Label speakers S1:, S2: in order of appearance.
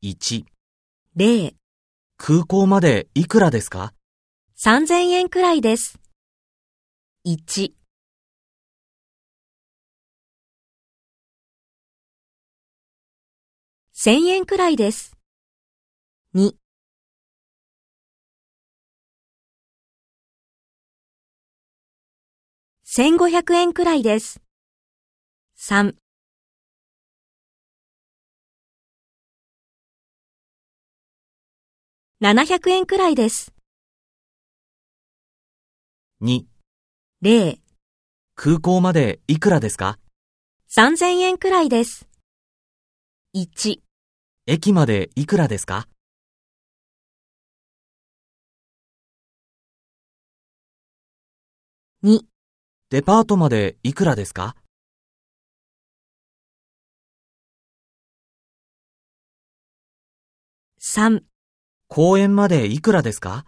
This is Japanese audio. S1: 1、
S2: 例、
S1: 空港までいくらですか
S2: 3000円くらいです。1、1000円くらいです。2、1500円くらいです。3、700円くらいです。
S1: ?2、
S2: 例、
S1: 空港までいくらですか
S2: 3000円くらいです。1、
S1: 駅までいくらですか
S2: 2、
S1: デパートまでいくらですか
S2: 3
S1: 公園までいくらですか